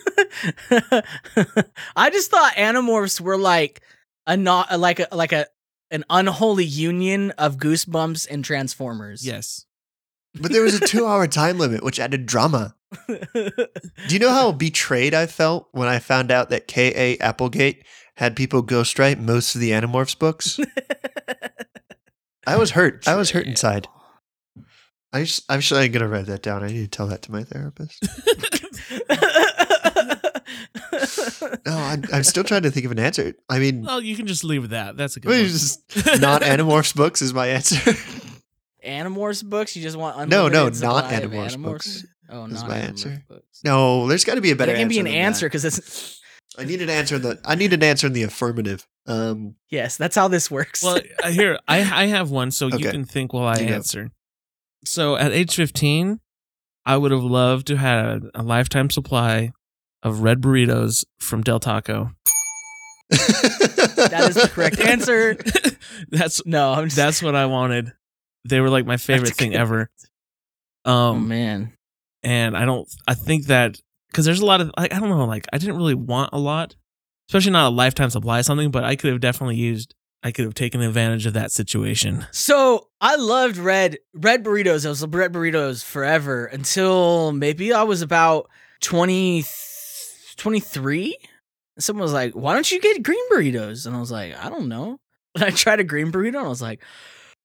I just thought Animorphs were like a not like a like a an unholy union of Goosebumps and Transformers. yes. but there was a two hour time limit, which added drama. Do you know how betrayed I felt when I found out that K.A. Applegate had people ghostwrite most of the Animorphs books? I was hurt. I was hurt inside. I just, I'm sure I'm going to write that down. I need to tell that to my therapist. No, I'm, I'm still trying to think of an answer. I mean, Well, you can just leave that. That's a good one. just not Animorphs books is my answer. Animorphs books? You just want No, no, unlimited not supply of Animorphs books Oh, is not my Animorphs answer. books. no, there's got to be a better There can be an than answer because it's that. I need an answer. In the, I need an answer in the affirmative. Um, yes, that's how this works. Well, uh, here I I have one, so you Okay. can think while I You go. answer. So at age fifteen, I would have loved to have a lifetime supply of red burritos from Del Taco. that that is the correct answer. that's No, I'm just that's what I wanted. They were like my favorite That's thing good. ever. oh Um, man. and I don't I think that because there's a lot of like I don't know like I didn't really want a lot, especially not a lifetime supply of something, but I could have definitely used. I could have taken advantage of that situation. So I loved red red burritos. I was a red burritos forever until maybe I was about 20, 23. Someone was like, "Why don't you get green burritos?" And I was like, "I don't know." And I tried a green burrito, and I was like,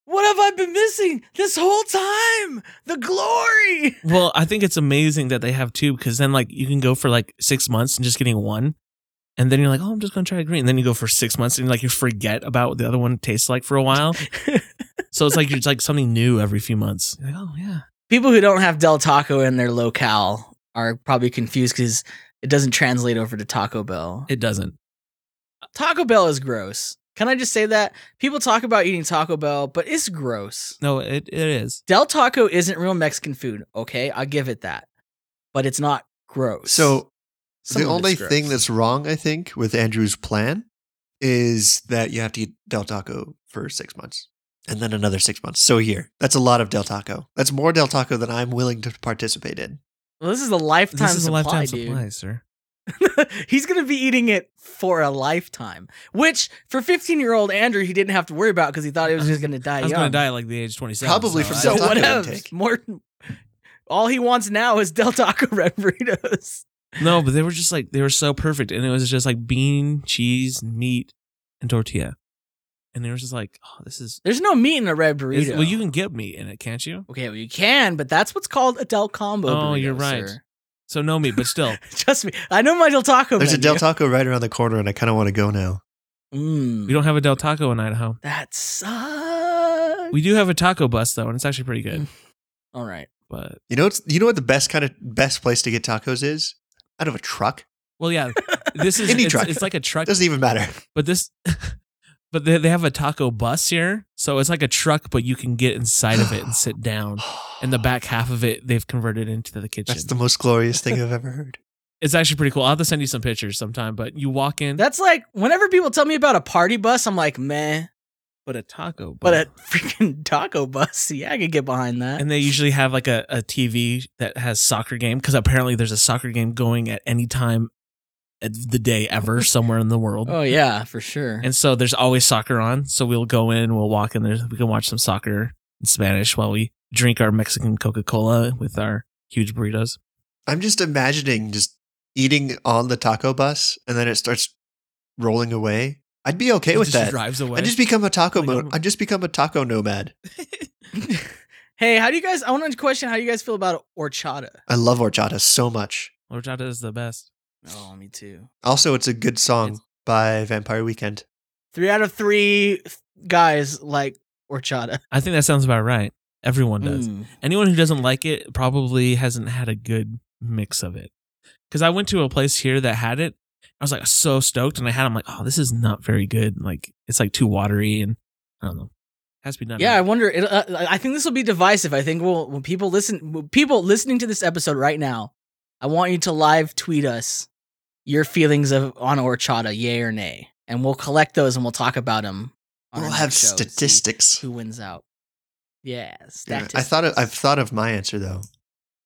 "What have I been missing this whole time? The glory!" Well, I think it's amazing that they have two because then like you can go for like six months and just getting one. And then you're like, oh, I'm just gonna try green. And then you go for six months and like you forget about what the other one tastes like for a while. so it's like it's like something new every few months. You're like, oh yeah. People who don't have Del Taco in their locale are probably confused because it doesn't translate over to Taco Bell. It doesn't. Taco Bell is gross. Can I just say that? People talk about eating Taco Bell, but it's gross. No, it, it is. Del Taco isn't real Mexican food, okay? I give it that. But it's not gross. So Some the of it's only gross. thing that's wrong, I think, with Andrew's plan is that you have to eat Del Taco for six months and then another six months. So a year. That's a lot of Del Taco. That's more Del Taco than I'm willing to participate in. Well, this is a lifetime this is supply, a lifetime dude. supply, sir. He's going to be eating it for a lifetime, which for 15-year-old Andrew, he didn't have to worry about cuz he thought he was just going to die I was young. gonna die at, like the age twenty seven. Probably so from I- So Del Taco what else? intake. More All he wants now is Del Taco red burritos. No, but they were just like they were so perfect, and it was just like bean, cheese, meat, and tortilla. And they were just like, oh, this is. There's no meat in a red burrito. is well, you can get meat in it, can't you? Okay, well you can, but that's what's called a Del Combo. Oh, burrito, you're right. sir. So no meat, but still, Trust me, I know my Del Taco. There's a menu. Del Taco right around the corner and I kind of want to go now. Mm, We don't have a Del Taco in Idaho. that sucks. We do have a taco bus though, and it's actually pretty good. All right. But You know, it's, you know what the best kind of best place to get tacos is out of a truck. well, yeah, this is Any it's, truck. it's like a truck, Doesn't even matter. but this, but they, they have a taco bus here, so it's like a truck, but you can get inside of it and sit down. And the back half of it, they've converted into the kitchen. That's the most glorious thing I've ever heard. it's actually pretty cool. I'll have to send you some pictures sometime. But you walk in, That's like whenever people tell me about a party bus, I'm like, meh. but a taco, But bus. a freaking taco bus, yeah, I could get behind that. and they usually have like a, a TV that has soccer game because apparently there's a soccer game going at any time of the day ever somewhere in the world. oh yeah, for sure. And so there's always soccer on. So we'll go in, we'll walk in there, we can watch some soccer in Spanish while we drink our Mexican Coca Cola with our huge burritos. I'm just imagining just eating on the taco bus and then it starts rolling away. I'd be okay It with just that. drives away. I just become a taco Like, mo- I'm- I just become a taco nomad. hey, how do you guys? I want to question how you guys feel about horchata. I love horchata so much. Horchata is the best. Oh, me too. Also, it's a good song It's- by Vampire Weekend. Three out of three guys like horchata. I think that sounds about right. Everyone does. Mm. anyone who doesn't like it probably hasn't had a good mix of it. Because I went to a place here that had it. I was like so stoked, and I had. I'm like, oh, this is not very good. Like it's like too watery, and I don't know. has to be done. Yeah, I right. wonder. It, uh, I think this will be divisive. I think we'll, when people listen, people listening to this episode right now, I want you to live tweet us your feelings of on horchata, yay or nay, and we'll collect those and we'll talk about them. We'll have statistics. Who wins out? Yeah, Yeah, statistics. I thought of, I've thought of my answer though.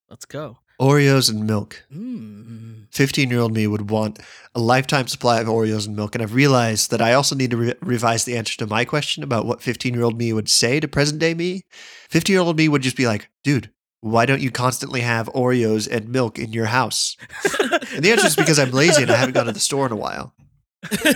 Let's go. Oreos and milk. Mm. 15 year old me would want a lifetime supply of Oreos and milk. And I've realized that I also need to re- revise the answer to my question about what 15 year old me would say to present day me. 15 year old me would just be like, dude, why don't you constantly have Oreos and milk in your house? And the answer is because I'm lazy and I haven't gone to the store in a while.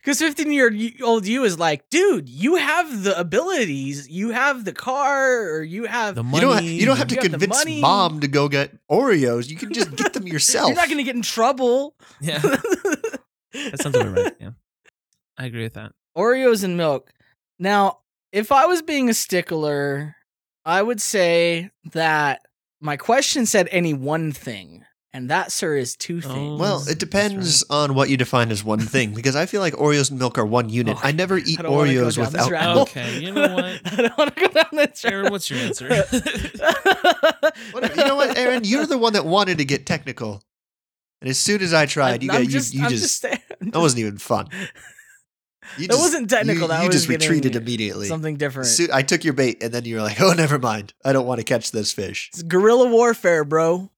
Because 15 year old you is like, dude, you have the abilities, you have the car, or you have. the You money. don't, ha- you don't have to You have the convince money. mom to go get Oreos. You can just get them yourself. you're not going to get in trouble. Yeah, that that sounds about right. Yeah, I agree with that. Oreos and milk. Now, if I was being a stickler, I would say that my question said any one thing, and that, sir, is two Oh. things. Well, That's it depends on what you define as one thing because I feel like Oreos and milk are one unit. Oh, I never eat I don't wanna Oreos go down this without rabbit milk. hole. Okay, you know what? I don't want to go down this Aaron, what's your answer? What- you know what, Aaron? You're the one that wanted to get technical, and as soon as I tried, you I'm got you, just- you I'm just, saying- I'm that wasn't even fun. You That wasn't technical, You, that you was just getting retreated immediately. something different. So- I took your bait, and then you were like, "Oh, never mind. I don't want to catch this fish." It's guerrilla warfare, bro.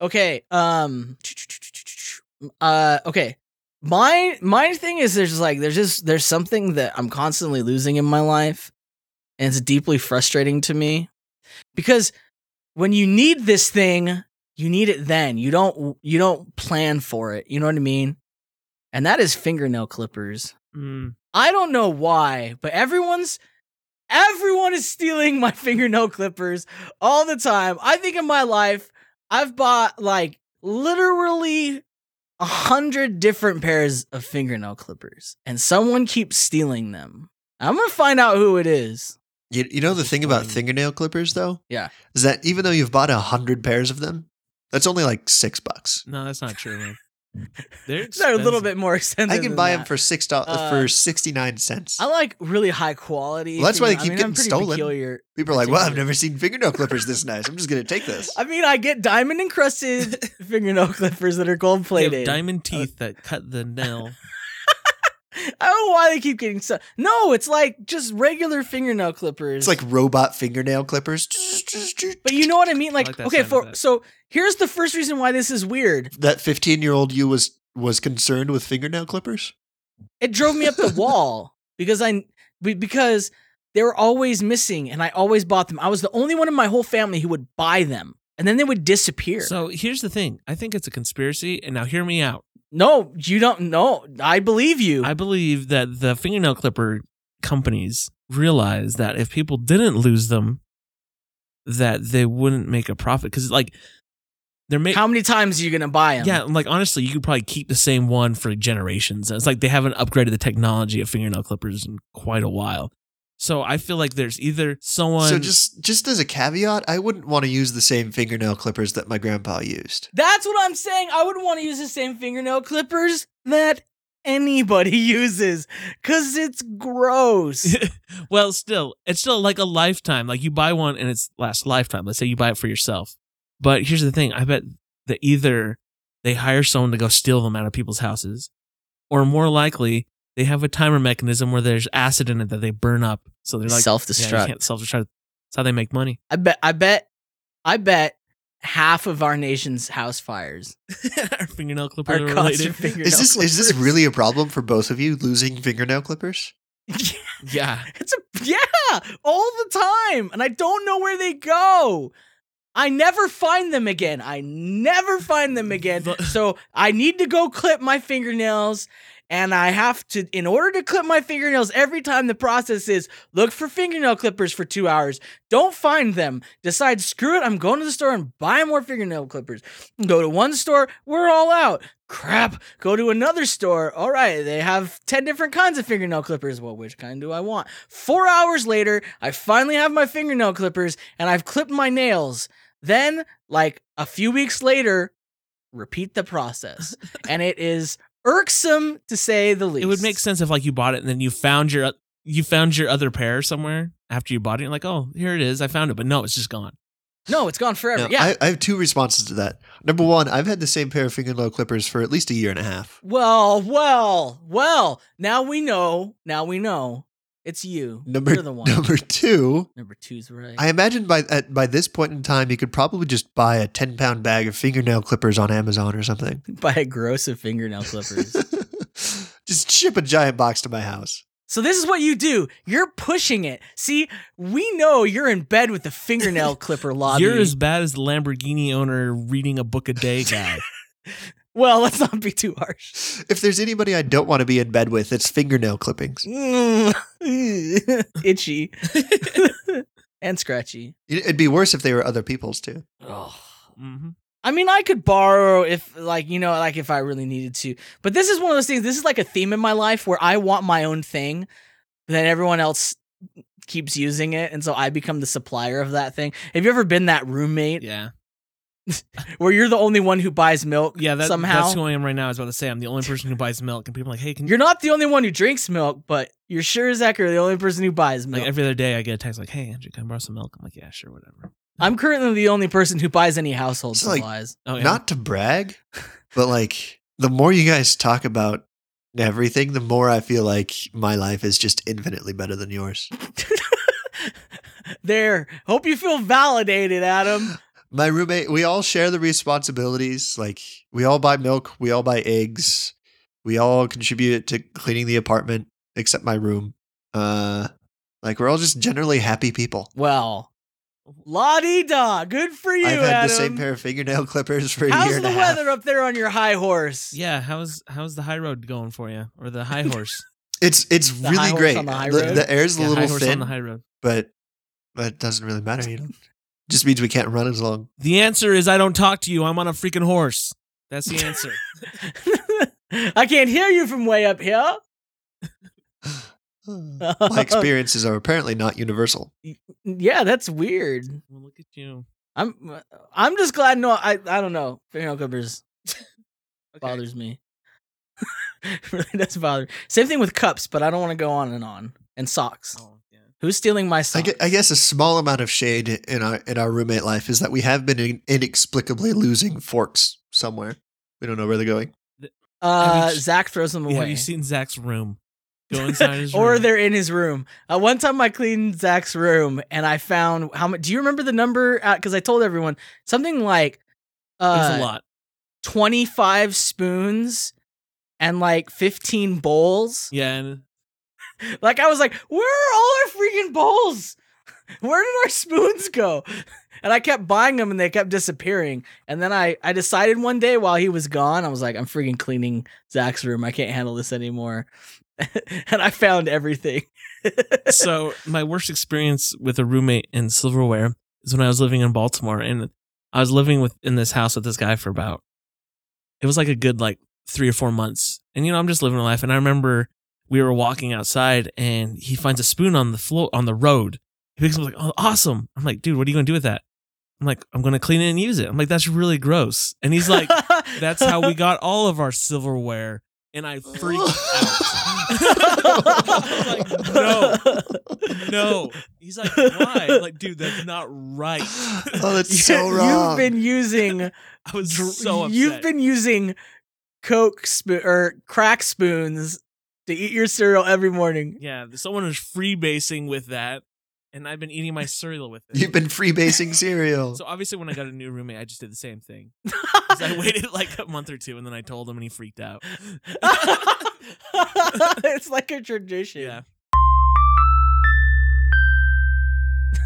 Okay. Um. Uh. Okay. My my thing is there's like there's just there's something that I'm constantly losing in my life, and it's deeply frustrating to me, because when you need this thing, you need it then. You don't you don't plan for it. You know what I mean? And that is fingernail clippers. Mm. I don't know why, but everyone's everyone is stealing my fingernail clippers all the time. I think in my life, I've bought like literally a hundred different pairs of fingernail clippers, and someone keeps stealing them. I'm gonna find out who it is. You, you know the thing about Disappointing. fingernail clippers, though. Mm. Yeah. is that even though you've bought a hundred pairs of them, that's only like six bucks. No, that's not true, man. They're They're a little expensive. bit more expensive. I can than buy that. them for six dollars Uh, for sixty nine cents. I like really high quality. Well, that's why they finger- keep I getting mean, I'm pretty stolen. Peculiar. People are like, "Well, I've particular- never seen fingernail clippers this nice. I'm just gonna take this." I mean, I get diamond encrusted fingernail clippers that are gold They have plated. Uh, diamond teeth that cut the nail. I don't know why they keep getting so. No, it's like just regular fingernail clippers. It's like robot fingernail clippers. but you know what I mean. Like, like that okay, sound for effect. so here's the first reason why this is weird. that 15 year old you was was concerned with fingernail clippers It drove me up the wall because I be- because they were always missing, and I always bought them. I was the only one in my whole family who would buy them, and then they would disappear. So here's the thing. I think it's a conspiracy, and now hear me out. no, you don't know. I believe you. I believe that the fingernail clipper companies realized that if people didn't lose them, that they wouldn't make a profit because like They're ma- How many times are you gonna buy them? yeah, like honestly, you could probably keep the same one for generations. And it's like they haven't upgraded the technology of fingernail clippers in quite a while. So I feel like there's either someone So just just as a caveat, I wouldn't want to use the same fingernail clippers that my grandpa used. That's what I'm saying. I would want to use the same fingernail clippers that anybody uses because it's gross. well, still, it's still like a lifetime. Like you buy one and it's lasts a lifetime. Let's say you buy it for yourself. But here's the thing: I bet that either they hire someone to go steal them out of people's houses, or more likely they have a timer mechanism where there's acid in it that they burn up. So they're like Self-destruct. Yeah, you can't self destruct. That's how they make money. I bet, I bet, I bet half of our nation's house fires Our fingernail clipper are caused from related. fingernail Is this clippers. is this really a problem for both of you losing fingernail clippers? Yeah, It's a yeah, all the time, and I don't know where they go. I never find them again. I never find them again. The- So I need to go clip my fingernails, and I have to, in order to clip my fingernails, every time the process is look for fingernail clippers for two hours. Don't find them. Decide, screw it. I'm going to the store and buy more fingernail clippers. Go to one store, we're all out. Crap. Go to another store. All right, they have 10 different kinds of fingernail clippers. Well, which kind do I want? Four hours later, I finally have my fingernail clippers and I've clipped my nails. Then, like a few weeks later, repeat the process. and it is irksome to say the least. it would make sense if like you bought it and then you found your you found your other pair somewhere after you bought it. You're like, oh, here it is. I found it, but no, it's just gone. No, it's gone forever. No, yeah. I, I have two responses to that. Number one, I've had the same pair of fingernail clippers for at least a year and a half. Well, well, well. Now we know. Now we know. It's you. Number You're the one. number two, Number two's right. I imagine by at, by this point in time, you could probably just buy a ten pound bag of fingernail clippers on Amazon or something. By a gross of fingernail clippers. just ship a giant box to my house. so this is what you do. You're pushing it. See, we know you're in bed with the fingernail clipper lobby. You're as bad as the Lamborghini owner reading a book a day guy. well, let's not be too harsh. If there's anybody I don't want to be in bed with, it's fingernail clippings. Mm. Itchy and scratchy. It'd be worse if they were other people's too. mm-hmm. I mean, I could borrow if, like, you know, like if I really needed to. But this is one of those things. This is like a theme in my life where I want my own thing, then everyone else keeps using it, and so I become the supplier of that thing. Have you ever been that roommate Yeah. where you're the only one who buys milk? Yeah, that, somehow that's who I am right now. I was about to say I'm the only person who buys milk, and people are like, hey, can you? you're not the only one who drinks milk, but you're sure as heck are the only person who buys milk. Like every other day, I get a text like, "Hey, Andrew, can I borrow some milk?" I'm like, "Yeah, sure, whatever." I'm currently the only person who buys any household It's like- supplies. Oh, yeah. Not to brag, but like the more you guys talk about everything, the more I feel like my life is just infinitely better than yours. there. Hope you feel validated, Adam. My roommate, we all share the responsibilities. Like, we all buy milk, we all buy eggs, we all contribute to cleaning the apartment, except my room. Uh, like, we're all just generally happy people. Well, la di da. Good for you, I've had Adam. the same pair of fingernail clippers for a How's year and the a half. weather up there on your high horse? yeah. How's how's the high road going for you, or the high horse? It's it's The high really horse great. on the high the, road? the air's a yeah, high little horse on thin, the high road. but but it doesn't really matter. You know, just means we can't run as long. The answer is I don't talk to you. I'm on a freaking horse. That's the answer. I can't hear you from way up here. My experiences are apparently not universal. yeah, that's weird. well, look at you. I'm I'm just glad no I I don't know. Fingernail clippers bothers me. It really does bother. me. Same thing with cups, but I don't want to go on and on. And socks. Oh, yeah. Who's stealing my I socks? gue- I guess a small amount of shade in our in our roommate life is that we have been in- inexplicably losing forks somewhere. We don't know where they're going. uh Have you- Zach throws them Yeah, away. Have you seen Zach's room? Go inside his room. or they're in his room. Uh, one time I cleaned Zach's room and I found how much. Do you remember the number? Because I told everyone something like There's a uh, lot. 25 spoons and like 15 bowls. Yeah, and Like I was like, where are all our freaking bowls? Where did our spoons go? And I kept buying them and they kept disappearing. And then I, I decided one day while he was gone, I was like, I'm freaking cleaning Zach's room. I can't handle this anymore. and I found everything. so my worst experience with a roommate in silverware is when I was living in Baltimore, and I was living with in this house with this guy for about it was like a good like three or four months. And you know, I'm just living a life. And I remember we were walking outside and he finds a spoon on the floor on the road. He picks it up like, oh awesome. I'm like, dude, what are you gonna do with that? I'm like, I'm gonna clean it and use it. I'm like, that's really gross. And he's like, that's how we got all of our silverware. And I freaked out. I'm like, no, no. He's like, why? I'm like, dude, that's not right. Oh, that's so wrong. You've been using. I was so upset. You've been using Coke spoon or crack spoons to eat your cereal every morning. yeah, someone was freebasing with that, and I've been eating my cereal with it. You've been freebasing cereal. so obviously, when I got a new roommate, I just did the same thing. 'Cause I waited like a month or two, and then I told him, and he freaked out. it's like a tradition. yeah.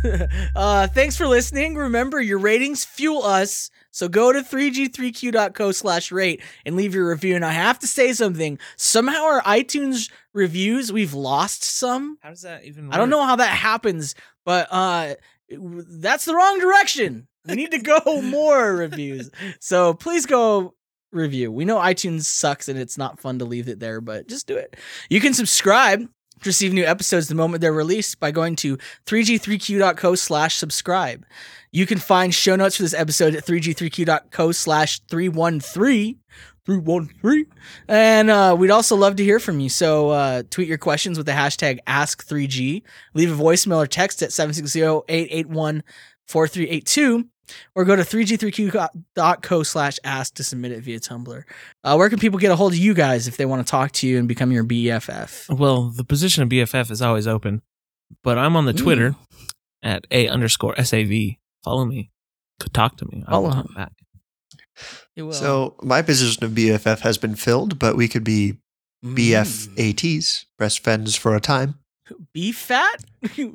uh, thanks for listening. Remember, your ratings fuel us. So go to 3g3q.co slash rate and leave your review. And I have to say something. Somehow our iTunes reviews, we've lost some. How does that even? I don't know how that happens, but uh, that's the wrong direction. We need to go more reviews. So please go review. We know iTunes sucks and it's not fun to leave it there, but just do it. You can subscribe to receive new episodes the moment they're released by going to 3g3q.co slash subscribe. You can find show notes for this episode at 3g3q.co slash 313. 313. And uh, we'd also love to hear from you. So uh, tweet your questions with the hashtag Ask3G. Leave a voicemail or text at 760-881-4382 or go to 3g3q.co slash ask to submit it via Tumblr. Uh, where can people get a hold of you guys if they want to talk to you and become your BFF? Well, the position of BFF is always open, but I'm on the Mm. Twitter at a underscore sav. Follow me. Could talk to me. I will Follow talk back. So my position of BFF has been filled, but we could be Hmm. Mm. BFATs, best friends for a time. Be fat? You- you be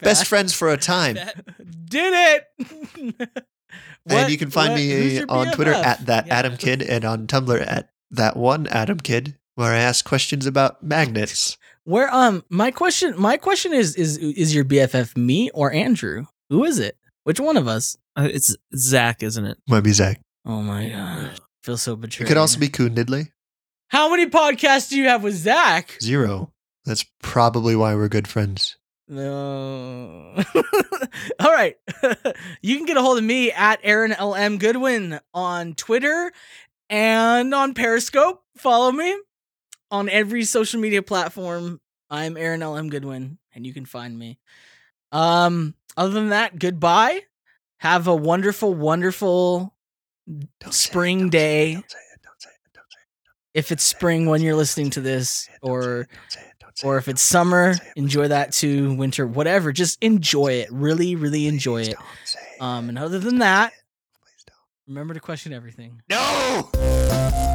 best fat. friends for a time. Did it! What- and you can find what- who's me your on Twitter BFF? at that Yeah. Adam Kid and on Tumblr at that one Adam Kid, where I ask questions about magnets. Where um my question my question is is is your BFF me or Andrew? Who is it? Which one of us? Uh, it's Zach, isn't it? Might be Zach. Oh my gosh. Feel so It betrayed. could also be Coon Diddley. How many podcasts do you have with Zach? Zero. That's probably why we're good friends. No. All right. you can get a hold of me at Aaron LM Goodwin on Twitter and on Periscope. Follow me on every social media platform. I'm Aaron LM Goodwin, and you can find me. Um, other than that, goodbye. Have a wonderful, wonderful Don't say it, spring don't say it, day. Don't say it. Don't say it. Don't say it. if it's spring when you're listening to this, or Don't say it, don't say it, don't say or it, if don't it's say it, summer, don't say it, enjoy that too. Winter, whatever. Just enjoy it. Really, really enjoy please it. don't say it, Um, and other please than don't say that- it, please don't. Remember to question everything. No!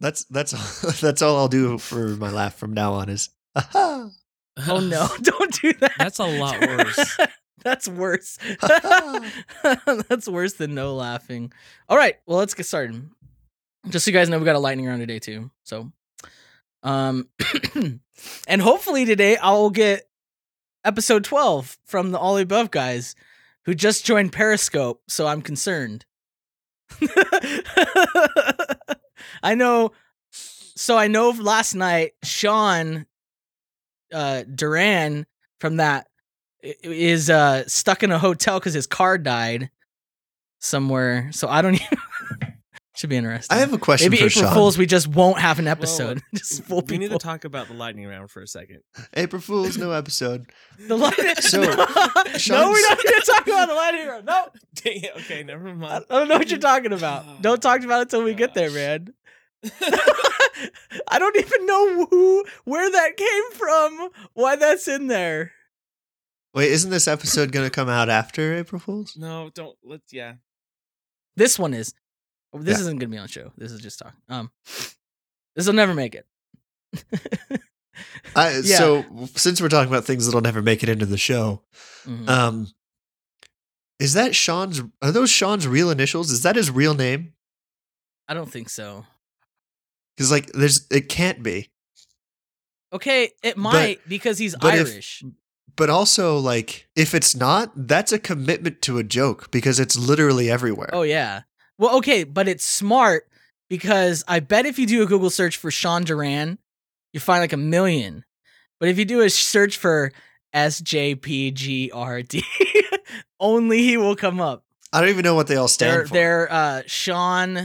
That's that's that's all I'll do for my laugh from now on is aha Oh no, don't do that. That's a lot worse. That's worse. That's worse than no laughing. All right, well, let's get started. Just so you guys know, we got a lightning round today too. So, um, and hopefully today I'll get episode twelve from the All Above guys who just joined Periscope. So I'm concerned. I know. So I know last night Sean uh, Duran from that i- is uh, stuck in a hotel because his car died somewhere. So I don't even. should be interesting. I have a question Maybe for April Sean. Fools, we just won't have an episode. just full we need to people. talk about the lightning round for a second. April Fools, no episode. the light- So, no, we're Sean's- not going to talk about the lighting round. No, Dang it. Okay, never I mind. I don't know what you're talking about. Don't talk about it till we get Oh, there, Gosh. man. I don't even know who, where that came from, why that's in there. Wait, isn't this episode going to come out after April Fools? No, don't. Let's. Yeah. This one is. This Yeah. isn't gonna be on show. This is just talk. Um, This will never make it. I, Yeah. So since we're talking about things that'll never make it into the show, Mhm. um, is that Sean's? Are those Sean's real initials? Is that his real name? I don't think so. Because like, there's it can't be. Okay, it might because he's but if- Irish. But also, like, if it's not, that's a commitment to a joke because it's literally everywhere. oh yeah. Well, okay, but it's smart because I bet if you do a Google search for Sean Duran, you find like a million. But if you do a search for SJPGRD, only he will come up. I don't even know what they all stand They're, for. they're uh, Sean.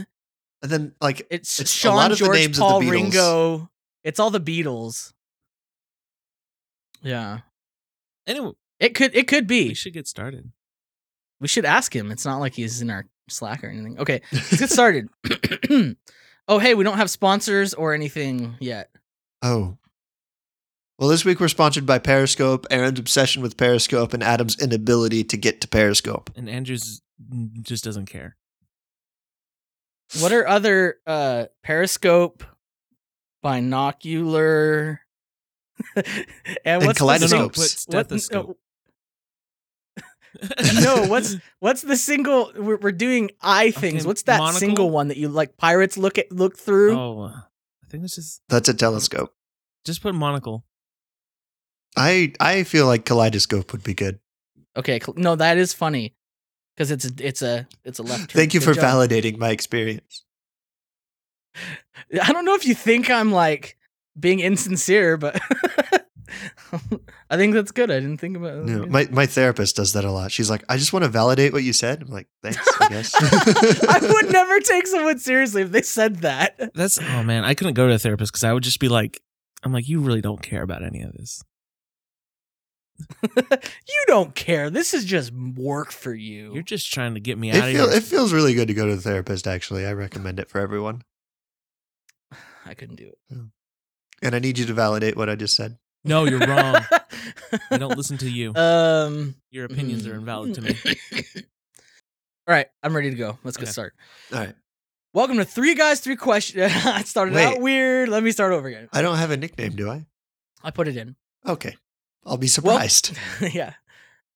and then like It's, It's a Sean lot of the George names of the Paul Beatles. Ringo. It's all the Beatles. Yeah, Anyway, it could it could we be. should get started. We should ask him. It's not like he's in our Slack or anything. Okay, let's get started. oh, hey, we don't have sponsors or anything yet. Oh. Well, this week we're sponsored by Periscope, Aaron's obsession with Periscope, and Adam's inability to get to Periscope. And Andrews just doesn't care. What are other uh Periscope, binocular, and And what's the No, no, single- Kaleidoscope. put uh, stethoscope. no, what's what's the single we're, we're doing eye things? Fucking What's that monocle? single one that you like pirates look at look through? Oh, uh, I think it's just That's a telescope. just put monocle. I I feel like kaleidoscope would be good. Okay, cl- no, that is funny because it's a, it's a it's a left. Turn. Thank you Good for job. validating my experience. I don't know if you think I'm like being insincere, but I think that's good. I didn't think about it. No, my my therapist does that a lot. She's like, I just want to validate what you said. I'm like, thanks. I guess. I would never take someone seriously if they said that. That's oh man, I couldn't go to a therapist because I would just be like, I'm like, you really don't care about any of this. you don't care. This is just work for you. You're just trying to get me out It, of feel, here. it feels really good to go to the therapist. Actually, I recommend it for everyone. I couldn't do it. And I need you to validate what I just said. no, you're wrong. I don't listen to you. Um, mm. Your opinions are invalid to me. All right, I'm ready to go. Let's get Okay. started. All right. Welcome to Three Guys, Three Questions. I started out Wait. weird. Let me start over again. I don't have a nickname, do I? I put it in. Okay. I'll be surprised. yeah.